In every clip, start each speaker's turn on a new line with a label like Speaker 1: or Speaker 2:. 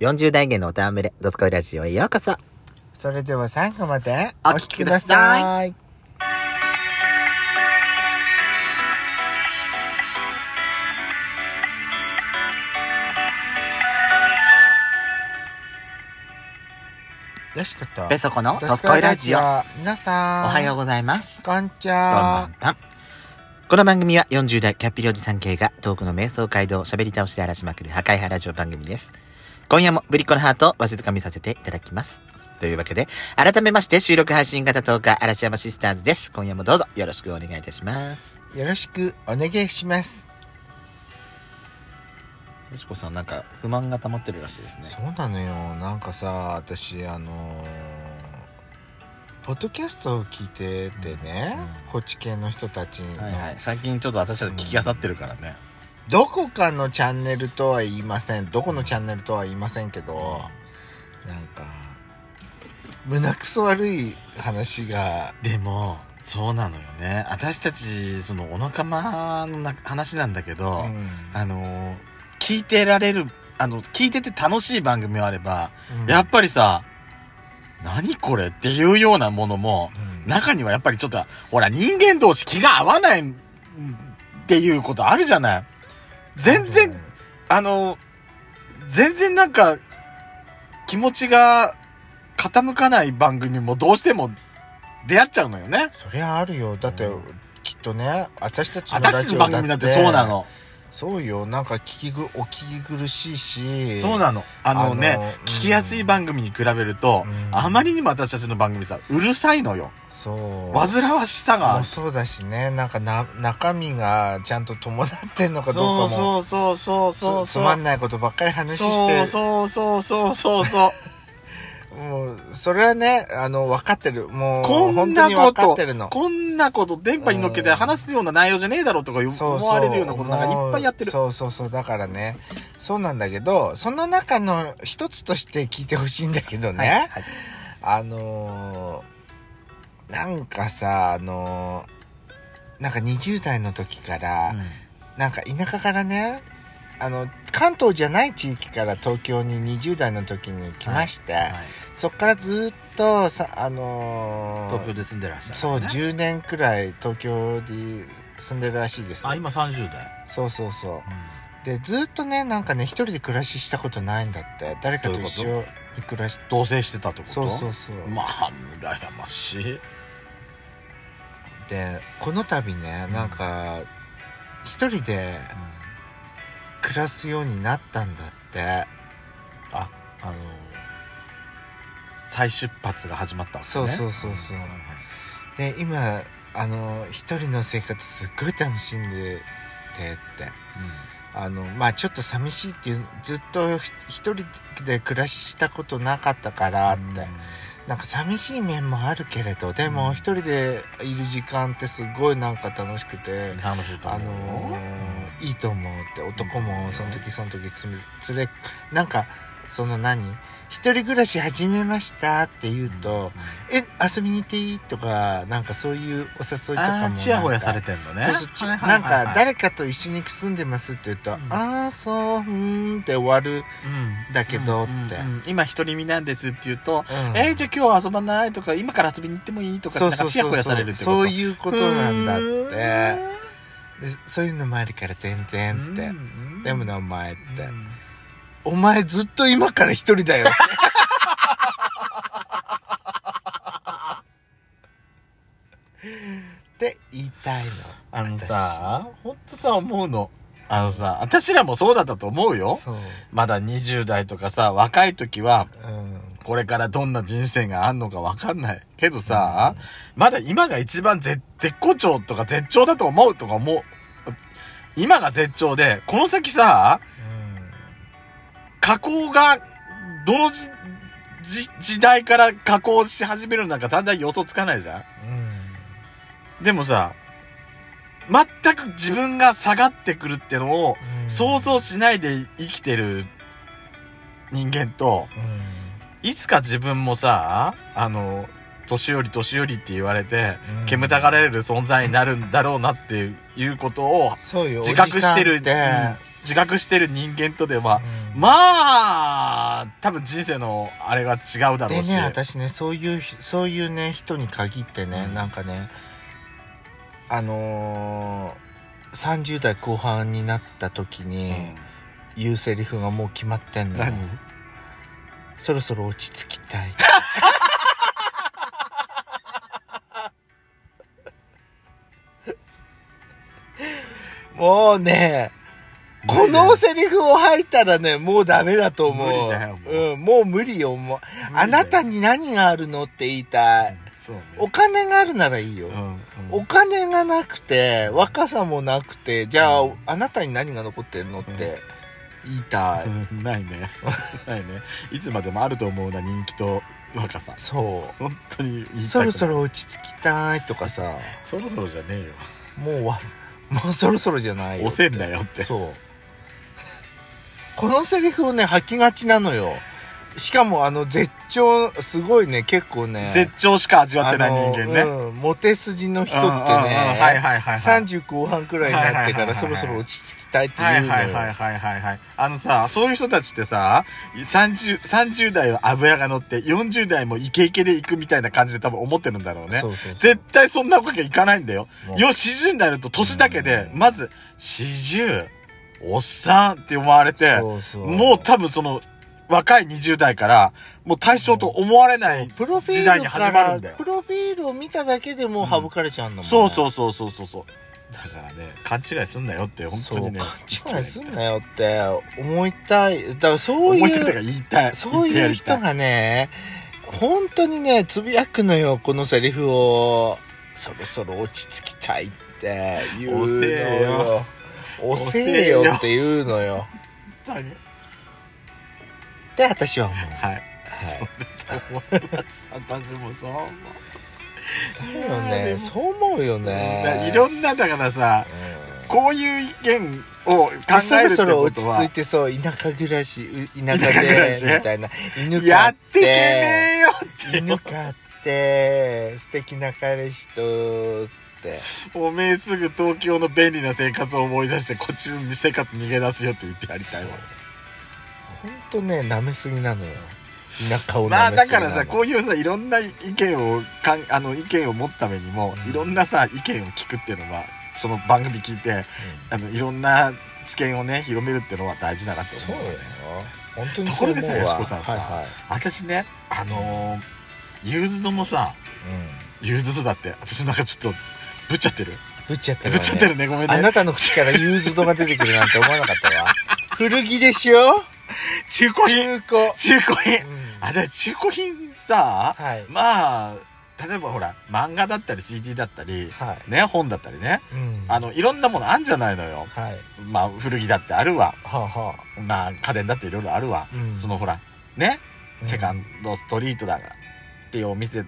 Speaker 1: 40代芸のおたわむれ、ドスコイラジオへようこそ。
Speaker 2: それでは最後まで
Speaker 1: お聞きくださ
Speaker 2: い。よしこと。
Speaker 1: ペソコのド
Speaker 2: ド
Speaker 1: ス
Speaker 2: ス
Speaker 1: コ
Speaker 2: コ
Speaker 1: イ
Speaker 2: イ
Speaker 1: ラ
Speaker 2: ラ
Speaker 1: ジ
Speaker 2: ジ
Speaker 1: オ
Speaker 2: オ。皆さ
Speaker 1: お
Speaker 2: ん。
Speaker 1: はようございます。
Speaker 2: こんに
Speaker 1: こん
Speaker 2: ち
Speaker 1: ば
Speaker 2: は
Speaker 1: ん。は。この番組は40代キャッピリおじさん系がトークの瞑想街道を喋り倒して荒らしまくる破壊派ラジオ番組です。今夜もぶりっ子のハートをわしづかみさせていただきます。というわけで、改めまして収録配信型トーカー嵐山シスターズです。今夜もどうぞよろしくお願いいたします。
Speaker 2: よろしくお願いします。
Speaker 1: よしこさんなんか不満が溜まってるらしいですね
Speaker 2: そうなのよ。なんかさ、私、あのーポッドキャストを聞いててね、
Speaker 1: うん
Speaker 2: こっち系の人たちの、
Speaker 1: はいはい、最近ちょっと私たち聞きあさってるからね、
Speaker 2: どこかのチャンネルとは言いませんどこのチャンネルとは言いませんけどなんか胸くそ悪い話が
Speaker 3: でもそうなのよね私たちそのお仲間のな話なんだけど、あのー聞いてられるあの聞いてて楽しい番組もあれば、
Speaker 2: うん
Speaker 3: やっぱりさ何これっていうようなものも
Speaker 2: うん
Speaker 3: 中にはやっぱりちょっとほら人間同士気が合わないんっていうことあるじゃない全然、あのー全然なんか気持ちが傾かない番組もどうしても出会っちゃうのよね。
Speaker 2: そりゃあるよだって、
Speaker 3: うん
Speaker 2: きっとね私たちの
Speaker 3: 私たちの番組だってそうなの。
Speaker 2: そうよなんか聞きぐお聞き苦しいし
Speaker 3: そうなの。あのね、
Speaker 2: あのうん
Speaker 3: 聞きやすい番組に比べると、
Speaker 2: うん
Speaker 3: あまりにも私たちの番組さ、うるさいのよ。
Speaker 2: そう
Speaker 3: 煩わしさがあ
Speaker 2: も
Speaker 3: る。
Speaker 2: そうだしねなんかな中身がちゃんと伴ってんのかどうかも
Speaker 3: そうそうそうそうそう。
Speaker 2: つつまんないことばっかり話して
Speaker 3: そうそうそうそうそう。
Speaker 2: もう、それはね、あの、分かってる。もう、
Speaker 3: こん
Speaker 2: 本当
Speaker 3: な
Speaker 2: に
Speaker 3: こ
Speaker 2: 分か
Speaker 3: と
Speaker 2: ってるの。
Speaker 3: こんなこと電波に乗っけて
Speaker 2: うん
Speaker 3: 話すような内容じゃねえだろうとかよ
Speaker 2: そうそう
Speaker 3: 思われるようなことなんかいっぱいやってる。
Speaker 2: そうそうそう。だからね、そうなんだけど、その中の一つとして聞いてほしいんだけどね。
Speaker 3: はいはい
Speaker 2: あのーなんかさ、あのーなんか20代の時から、なんか田舎からね、あの、関東じゃない地域から東京に20代の時に来まして、
Speaker 3: はい
Speaker 2: そっからずっとさ、あのー
Speaker 3: 東京で住んでらっしゃる、
Speaker 2: そう、10年くらい東京で住んでるらしいです
Speaker 3: あ、今30代。
Speaker 2: そうそうそうでずっとねなんかね一人で暮らししたことないんだって誰かと一
Speaker 3: どう
Speaker 2: 緒に暮らし
Speaker 3: 同棲してたってこと
Speaker 2: そうそうそう、
Speaker 3: まあ、羨ましい。
Speaker 2: でこの度ねなんか一人で暮らすようになったんだって
Speaker 3: あの再出発が始まったんです
Speaker 2: そう
Speaker 3: ね
Speaker 2: そうそうそう
Speaker 3: はい
Speaker 2: で今あの一人の生活すっごい楽しんでてってあのまあちょっと寂しいっていうずっとひ一人で暮らししたことなかったからって、なんか寂しい面もあるけれどで
Speaker 3: う
Speaker 2: も
Speaker 3: ん
Speaker 2: 一人でいる時間ってすごいなんか楽しくて
Speaker 3: うん、楽しいと
Speaker 2: あ
Speaker 3: 思う
Speaker 2: の
Speaker 3: よ
Speaker 2: ーいいと思うって男もその時その時つつれなんかその何一人暮らし始めましたって言うと「え遊びに行っていい?」とかなんかそういうお誘いとかもな
Speaker 3: あ
Speaker 2: ん
Speaker 3: ー
Speaker 2: か
Speaker 3: ちやほやされてんのね
Speaker 2: そうそうち
Speaker 3: はいはい
Speaker 2: なん
Speaker 3: はい
Speaker 2: か
Speaker 3: はい
Speaker 2: 誰かと一緒に住んでますって言うと
Speaker 3: う
Speaker 2: 「
Speaker 3: ん
Speaker 2: ああそううーん」って終わる
Speaker 3: うん
Speaker 2: だけどって
Speaker 3: うんうん今独り身なんですって言うと
Speaker 2: うん
Speaker 3: 「えーじゃあ今日は遊ばない?」とか「今から遊びに行ってもいい?」とか
Speaker 2: そう
Speaker 3: な
Speaker 2: んそ
Speaker 3: か
Speaker 2: う
Speaker 3: ちや
Speaker 2: そ
Speaker 3: ほや
Speaker 2: う
Speaker 3: さ
Speaker 2: そ
Speaker 3: れ
Speaker 2: う
Speaker 3: るって
Speaker 2: そう
Speaker 3: こと
Speaker 2: いうことなんだっ
Speaker 3: ふ
Speaker 2: て
Speaker 3: ー
Speaker 2: でそういうのもあるから全然って、
Speaker 3: うん
Speaker 2: でもなお前って、
Speaker 3: うん
Speaker 2: お前ずっと今から一人だ よって言いたいの
Speaker 3: あのさほんとさ思うのあのさ私らもそうだったと思う
Speaker 2: 私
Speaker 3: よ
Speaker 2: そう
Speaker 3: まだ20代とかさ若い時は
Speaker 2: うん
Speaker 3: これからどんな人生があんのかわかんない。けどさ、まだ今が一番絶絶好調とか絶頂だと思うとか思う。今が絶頂で、この先さ、加工が、どのじ、じ時代から加工し始めるのなんかだんだん予想つかないじゃ
Speaker 2: うん
Speaker 3: んでもさ、全く自分が下がってくるっていうのを
Speaker 2: うん
Speaker 3: 想像しないで生きてる人間と、
Speaker 2: うん
Speaker 3: いつか自分もさ、あの、年寄り年寄りって言われて、
Speaker 2: うん
Speaker 3: 煙たがられる存在になるんだろうなっていうことを
Speaker 2: そうよ
Speaker 3: 自覚してる、
Speaker 2: おじさんって
Speaker 3: うん自覚してる人間とでは、
Speaker 2: うん
Speaker 3: まあ、多分人生のあれが違うだろ
Speaker 2: で
Speaker 3: うし。
Speaker 2: ね私ねそういうそういうね人に限ってね、
Speaker 3: うん
Speaker 2: なんかねあのー、30代後半になった時
Speaker 3: う
Speaker 2: に
Speaker 3: ん
Speaker 2: 言うセリフがもう決まってんのよ
Speaker 3: 何
Speaker 2: そろそろ落ち着き たいもうねこのセリフを吐いたらねもうダメだと思う
Speaker 3: 無理だよもう
Speaker 2: うん、もう無理よもうあなたに何があるのって言いたい、
Speaker 3: そうね。
Speaker 2: お金があるならいいよ、
Speaker 3: うんうん
Speaker 2: お金がなくて若さもなくてじゃあ、
Speaker 3: うん
Speaker 2: あなたに何が残ってんのって言いたい、
Speaker 3: うんないね。 ないね。いつまでもあると思うな人気と若さ。
Speaker 2: そ
Speaker 3: 本当に言いたくな
Speaker 2: う
Speaker 3: い
Speaker 2: そろそ。ろ落ち着きたいとかさ
Speaker 3: そろそろじゃねえよ。
Speaker 2: もうわ もうそろそろじゃないよ
Speaker 3: 押せんなよって。
Speaker 2: そうこのセリフをね吐きがちなのよしかもあの絶頂すごいね結構ね
Speaker 3: 絶頂しか味わってない人間ね。
Speaker 2: あのうんモテ筋の人ってね、
Speaker 3: うんうんうんはいはいはいはい。
Speaker 2: 30後半くらいになってからそろそろ落ち着きたいって
Speaker 3: は
Speaker 2: 言う
Speaker 3: い
Speaker 2: の
Speaker 3: はいは
Speaker 2: よ
Speaker 3: いはいはいはい。あのさ、そういう人たちってさ、30、30代は油が乗って、40代もイケイケで行くみたいな感じで多分思ってるんだろうね。
Speaker 2: そうそうそう
Speaker 3: 絶対そんなわけいかないんだよ。
Speaker 2: もう
Speaker 3: よ、40になると年だけで、
Speaker 2: うん
Speaker 3: まず、40、おっさんって思われて、
Speaker 2: そうそう
Speaker 3: もう多分その、若い20代から、もう対象と思われない
Speaker 2: プロフィ
Speaker 3: 時代
Speaker 2: ー
Speaker 3: に
Speaker 2: ル
Speaker 3: 始
Speaker 2: か
Speaker 3: まるん
Speaker 2: ら
Speaker 3: だよ
Speaker 2: プ。ロフィールを見ただけでもう省かれちゃうんだもんね、
Speaker 3: そうそうそうそうそうそう。だからね、勘違いすんなよって、本当にね。
Speaker 2: そう勘違いすんなよって思いたいだからそう
Speaker 3: 思い立て
Speaker 2: い
Speaker 3: た
Speaker 2: う
Speaker 3: から言いたい。
Speaker 2: そういう人
Speaker 3: 言ってやり
Speaker 2: がね本当にねつぶやくのよこのセリフをそろそろ落ち着きたいって言うのよ
Speaker 3: 遅
Speaker 2: 遅え
Speaker 3: えよ
Speaker 2: よって言うのよ
Speaker 3: た い。
Speaker 2: で私は思う、
Speaker 3: はい。
Speaker 2: はい
Speaker 3: 私もそう
Speaker 2: だ
Speaker 3: 思う。
Speaker 2: よ
Speaker 3: いやーで
Speaker 2: ね
Speaker 3: も
Speaker 2: そう思うよね
Speaker 3: いろんな、だからさ、こういう意見を考
Speaker 2: うんそろ
Speaker 3: えるって
Speaker 2: そろ
Speaker 3: こ
Speaker 2: 落ち
Speaker 3: と
Speaker 2: 着、
Speaker 3: はい
Speaker 2: てそう田舎暮らしう 田舎
Speaker 3: 田舎暮らし
Speaker 2: でみたいな犬飼
Speaker 3: や
Speaker 2: っ
Speaker 3: ってけ
Speaker 2: て
Speaker 3: ねえよっていう。
Speaker 2: 犬飼って素敵な彼氏とって
Speaker 3: おめえすぐ東京の便利な生活を思い出して、こっちの生活逃げ出すよって言ってやりたいわ。
Speaker 2: ほんとね舐めすぎなのよ田舎を
Speaker 3: ま
Speaker 2: 舐
Speaker 3: あ
Speaker 2: めす
Speaker 3: だ
Speaker 2: ぎな
Speaker 3: か
Speaker 2: の
Speaker 3: らさ、こういうさ、いろんな意見をかん、あの、意見を持つためにも、
Speaker 2: うん
Speaker 3: いろんなさ、意見を聞くっていうのは、その番組聞いて、あの、いろんな知見をね、広めるっていうのは大事だなって
Speaker 2: そう
Speaker 3: 思う
Speaker 2: よ
Speaker 3: よね。
Speaker 2: 本当に
Speaker 3: と
Speaker 2: そ
Speaker 3: こ
Speaker 2: う
Speaker 3: ろ
Speaker 2: 思
Speaker 3: で
Speaker 2: う
Speaker 3: さ
Speaker 2: わ
Speaker 3: よしこさんさ
Speaker 2: はいはい
Speaker 3: 私ね、あのー、ゆうずどもさ、
Speaker 2: うん
Speaker 3: ゆうずどだって、私の中ちょっと、ぶっちゃってる。
Speaker 2: ぶっちゃって
Speaker 3: ぶ
Speaker 2: るわ
Speaker 3: っ
Speaker 2: ね
Speaker 3: ちゃってるね、ごめん
Speaker 2: あ
Speaker 3: ね。
Speaker 2: なたの口からユーズドが出てくるなんて思わなかったわ古着で しょ
Speaker 3: 中古
Speaker 2: 中
Speaker 3: 品
Speaker 2: 古
Speaker 3: 中古品
Speaker 2: うん
Speaker 3: あ、じゃあ中古品さ、
Speaker 2: はい
Speaker 3: まあ、例えばほら、漫画だったり CD だったり、
Speaker 2: はい
Speaker 3: ね、本だったりね。
Speaker 2: うん
Speaker 3: あの、いろんなものあんじゃないのよ。
Speaker 2: はい
Speaker 3: まあ、古着だってあるわ。
Speaker 2: はあはあ
Speaker 3: まあ、家電だっていろいろあるわ。
Speaker 2: うん
Speaker 3: そのほら、ね、
Speaker 2: うん
Speaker 3: セカンドストリートだっていうお店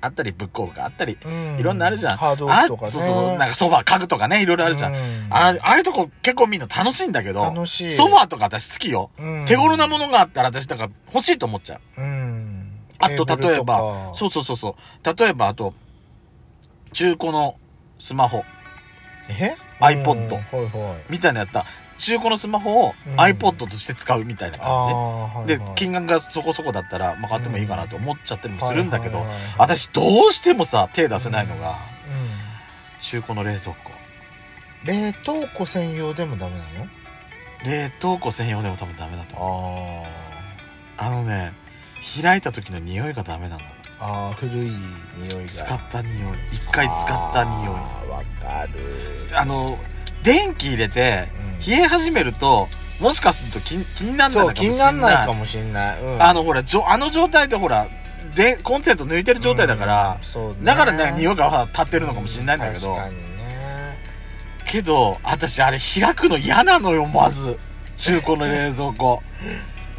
Speaker 3: あったり、ブックオフがあったり、
Speaker 2: うん
Speaker 3: いろんなあるじゃん
Speaker 2: ハードオ
Speaker 3: あ
Speaker 2: フとかね
Speaker 3: そうそう、なんかソファー、家具とかね、いろいろあるじゃん。あああいうとこ結構見るの楽しいんだけど、
Speaker 2: 楽しい
Speaker 3: ソファーとか私好きよ。
Speaker 2: うん
Speaker 3: 手頃なものがあったら私だから欲しいと思っちゃう。
Speaker 2: うん
Speaker 3: あと
Speaker 2: テーブル
Speaker 3: 例えば
Speaker 2: か
Speaker 3: そうそうそうそう。例えばあと、中古のスマホ
Speaker 2: え
Speaker 3: iPod
Speaker 2: うんはいはい
Speaker 3: みたいなやった。中古のスマホを
Speaker 2: うん
Speaker 3: iPod として使うみたいな
Speaker 2: あ
Speaker 3: 感
Speaker 2: あはい
Speaker 3: じ。で
Speaker 2: はい、
Speaker 3: 金額がそこそこだったら、まあ、買ってもいいかなと思っちゃったりもするんだけど
Speaker 2: はいはいはい、はい
Speaker 3: 私どうしてもさ、手出せないのが、
Speaker 2: う
Speaker 3: 中古の冷蔵庫。
Speaker 2: ん冷凍庫専用でもダメなの
Speaker 3: 冷凍庫専用でも多分ダメだと思う。
Speaker 2: あ
Speaker 3: あのね、開いた時の匂いがダメなの。
Speaker 2: あああ古い匂いが
Speaker 3: 使った匂い。一回使った匂い。
Speaker 2: あーわかる
Speaker 3: あの、電気入れて、冷え始めると、もしかすると気気にな
Speaker 2: うんん、
Speaker 3: ない
Speaker 2: そ
Speaker 3: の
Speaker 2: う
Speaker 3: かもし
Speaker 2: 気
Speaker 3: れ
Speaker 2: にない
Speaker 3: な。
Speaker 2: んないかもしんない、うん、
Speaker 3: あの、ほら、じょあの状態でほら、で、コンセント抜いてる状態だから
Speaker 2: うん、そうね
Speaker 3: だからなんか匂いがほら立ってるのかもしれないんだけど、
Speaker 2: う確かにね
Speaker 3: けど、私あれ開くの嫌なのよ、まず。中古の冷蔵庫。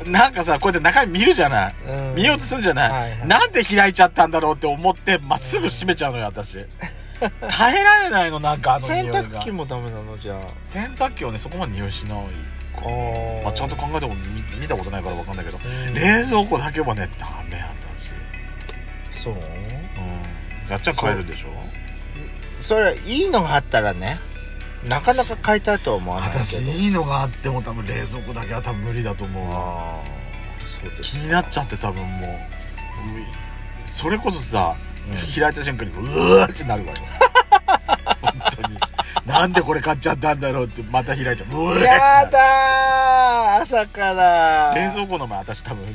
Speaker 3: なんかさ、こうやって中身見るじゃない。
Speaker 2: うん
Speaker 3: 見ようとするじゃない、
Speaker 2: はいはい
Speaker 3: なんで開いちゃったんだろうって思って、まっすぐ閉めちゃうのよ、私。 耐えられないの、なんかあの匂
Speaker 2: 洗
Speaker 3: い
Speaker 2: 濯
Speaker 3: が。
Speaker 2: 機もダメなのじゃあ
Speaker 3: 洗濯機はねそこまで匂いしない、
Speaker 2: あ
Speaker 3: まあ、ちゃんと考えたこと見見たことないから分かんないけど、
Speaker 2: うん
Speaker 3: 冷蔵庫だけはねダメやったし、
Speaker 2: そう
Speaker 3: うん、やっちゃ買えるでしょ
Speaker 2: それいいのがあったらねなかなか買いたいとは思わないけ
Speaker 3: 私
Speaker 2: ど
Speaker 3: いいのがあっても多分冷蔵庫だけは多分無理だと思うわ
Speaker 2: ああそうです
Speaker 3: 気になっちゃって多分もううんそれこそさ、
Speaker 2: うん
Speaker 3: 開いた瞬間にうわーってな るわよ本当になんでこれ買っちゃったんだろうってまた開いちゃううわー
Speaker 2: やだー朝から
Speaker 3: 冷蔵庫の前私多分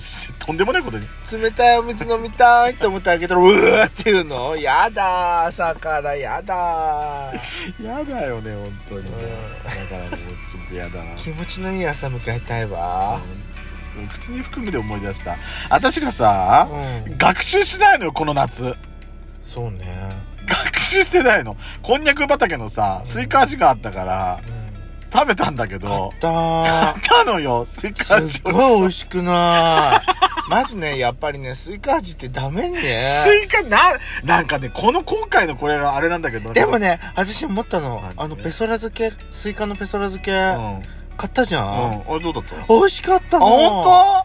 Speaker 3: とんでもないことに
Speaker 2: 冷たいお水飲みたいと思って開けたらうわーっていうのやだー朝からやだー
Speaker 3: 嫌だよね本当に
Speaker 2: うん
Speaker 3: だからもうちょっと嫌だな
Speaker 2: 気持ちのいい朝迎えたいわ
Speaker 3: うん口に含むで思い出した私がさ、
Speaker 2: うん
Speaker 3: 学習しないのよこの夏
Speaker 2: そうね
Speaker 3: 学習してないのこんにゃく畑のさスイカ味があったから
Speaker 2: うん
Speaker 3: 食べたんだけ
Speaker 2: 買っ
Speaker 3: ど
Speaker 2: た
Speaker 3: 買ったのよスイカ
Speaker 2: ー
Speaker 3: 味
Speaker 2: すっ
Speaker 3: を
Speaker 2: ごい美味しくないまずねやっぱりねスイカ味ってダメね
Speaker 3: スイカななんかねこの今回のこれがあれなんだけど
Speaker 2: でもね私思ったの
Speaker 3: 何
Speaker 2: あのペソラ漬けスイカのペソラ漬け
Speaker 3: うん、う
Speaker 2: 買
Speaker 3: ん、
Speaker 2: ったじゃん、
Speaker 3: あれどうだったあ
Speaker 2: 美味しかったの
Speaker 3: 本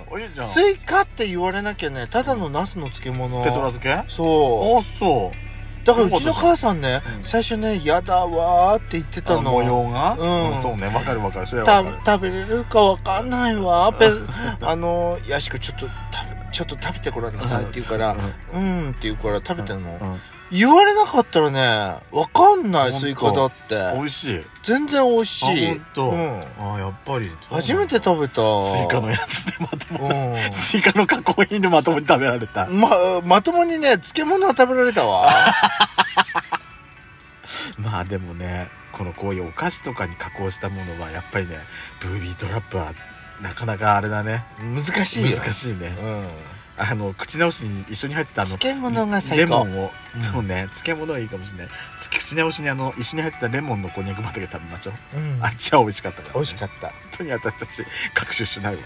Speaker 2: う
Speaker 3: 当いいじゃ
Speaker 2: ん
Speaker 3: ん
Speaker 2: スイカって言われなきゃねただのナスの漬物
Speaker 3: ペトラ漬けあ
Speaker 2: そう
Speaker 3: そう
Speaker 2: だからうちの母さんね、
Speaker 3: うん
Speaker 2: 最初ね「やだわ」って言ってた
Speaker 3: あ
Speaker 2: の
Speaker 3: 模様が、
Speaker 2: うん
Speaker 3: そうねわかるわかるそれは
Speaker 2: た
Speaker 3: わかる
Speaker 2: 食べれるかわかんないわペあのヤシコちょっと食べちょっと食べてごらんなさいって言うから「うん」って言うから食べたの、
Speaker 3: うん
Speaker 2: 言われなかったらねわかんないスイカだっ
Speaker 3: 美
Speaker 2: て
Speaker 3: 味しい
Speaker 2: 全然美味しい
Speaker 3: あ本当
Speaker 2: うん、
Speaker 3: あやっぱり
Speaker 2: 初めて食べた
Speaker 3: スイカのやつでまとも、
Speaker 2: う
Speaker 3: スイカの加工品でまともに食べられた
Speaker 2: んままともにね漬物は食べられたわ
Speaker 3: まあでもねこのこういうお菓子とかに加工したものはやっぱりねブービートラップはなかなかあれだね
Speaker 2: 難しいよ
Speaker 3: 難しいね
Speaker 2: うん、
Speaker 3: あの口直しに一緒に入ってたあの
Speaker 2: 漬物が最
Speaker 3: レモ
Speaker 2: 高
Speaker 3: ンを、そうね漬物はいいかもしれないつ口直しにあの一緒に入ってたレモンのこんにゃく畑食べましょう、
Speaker 2: うん
Speaker 3: あっちは美味しかったから、ね、
Speaker 2: 美味し
Speaker 3: っ
Speaker 2: かった
Speaker 3: た本当に私たち学習しないわ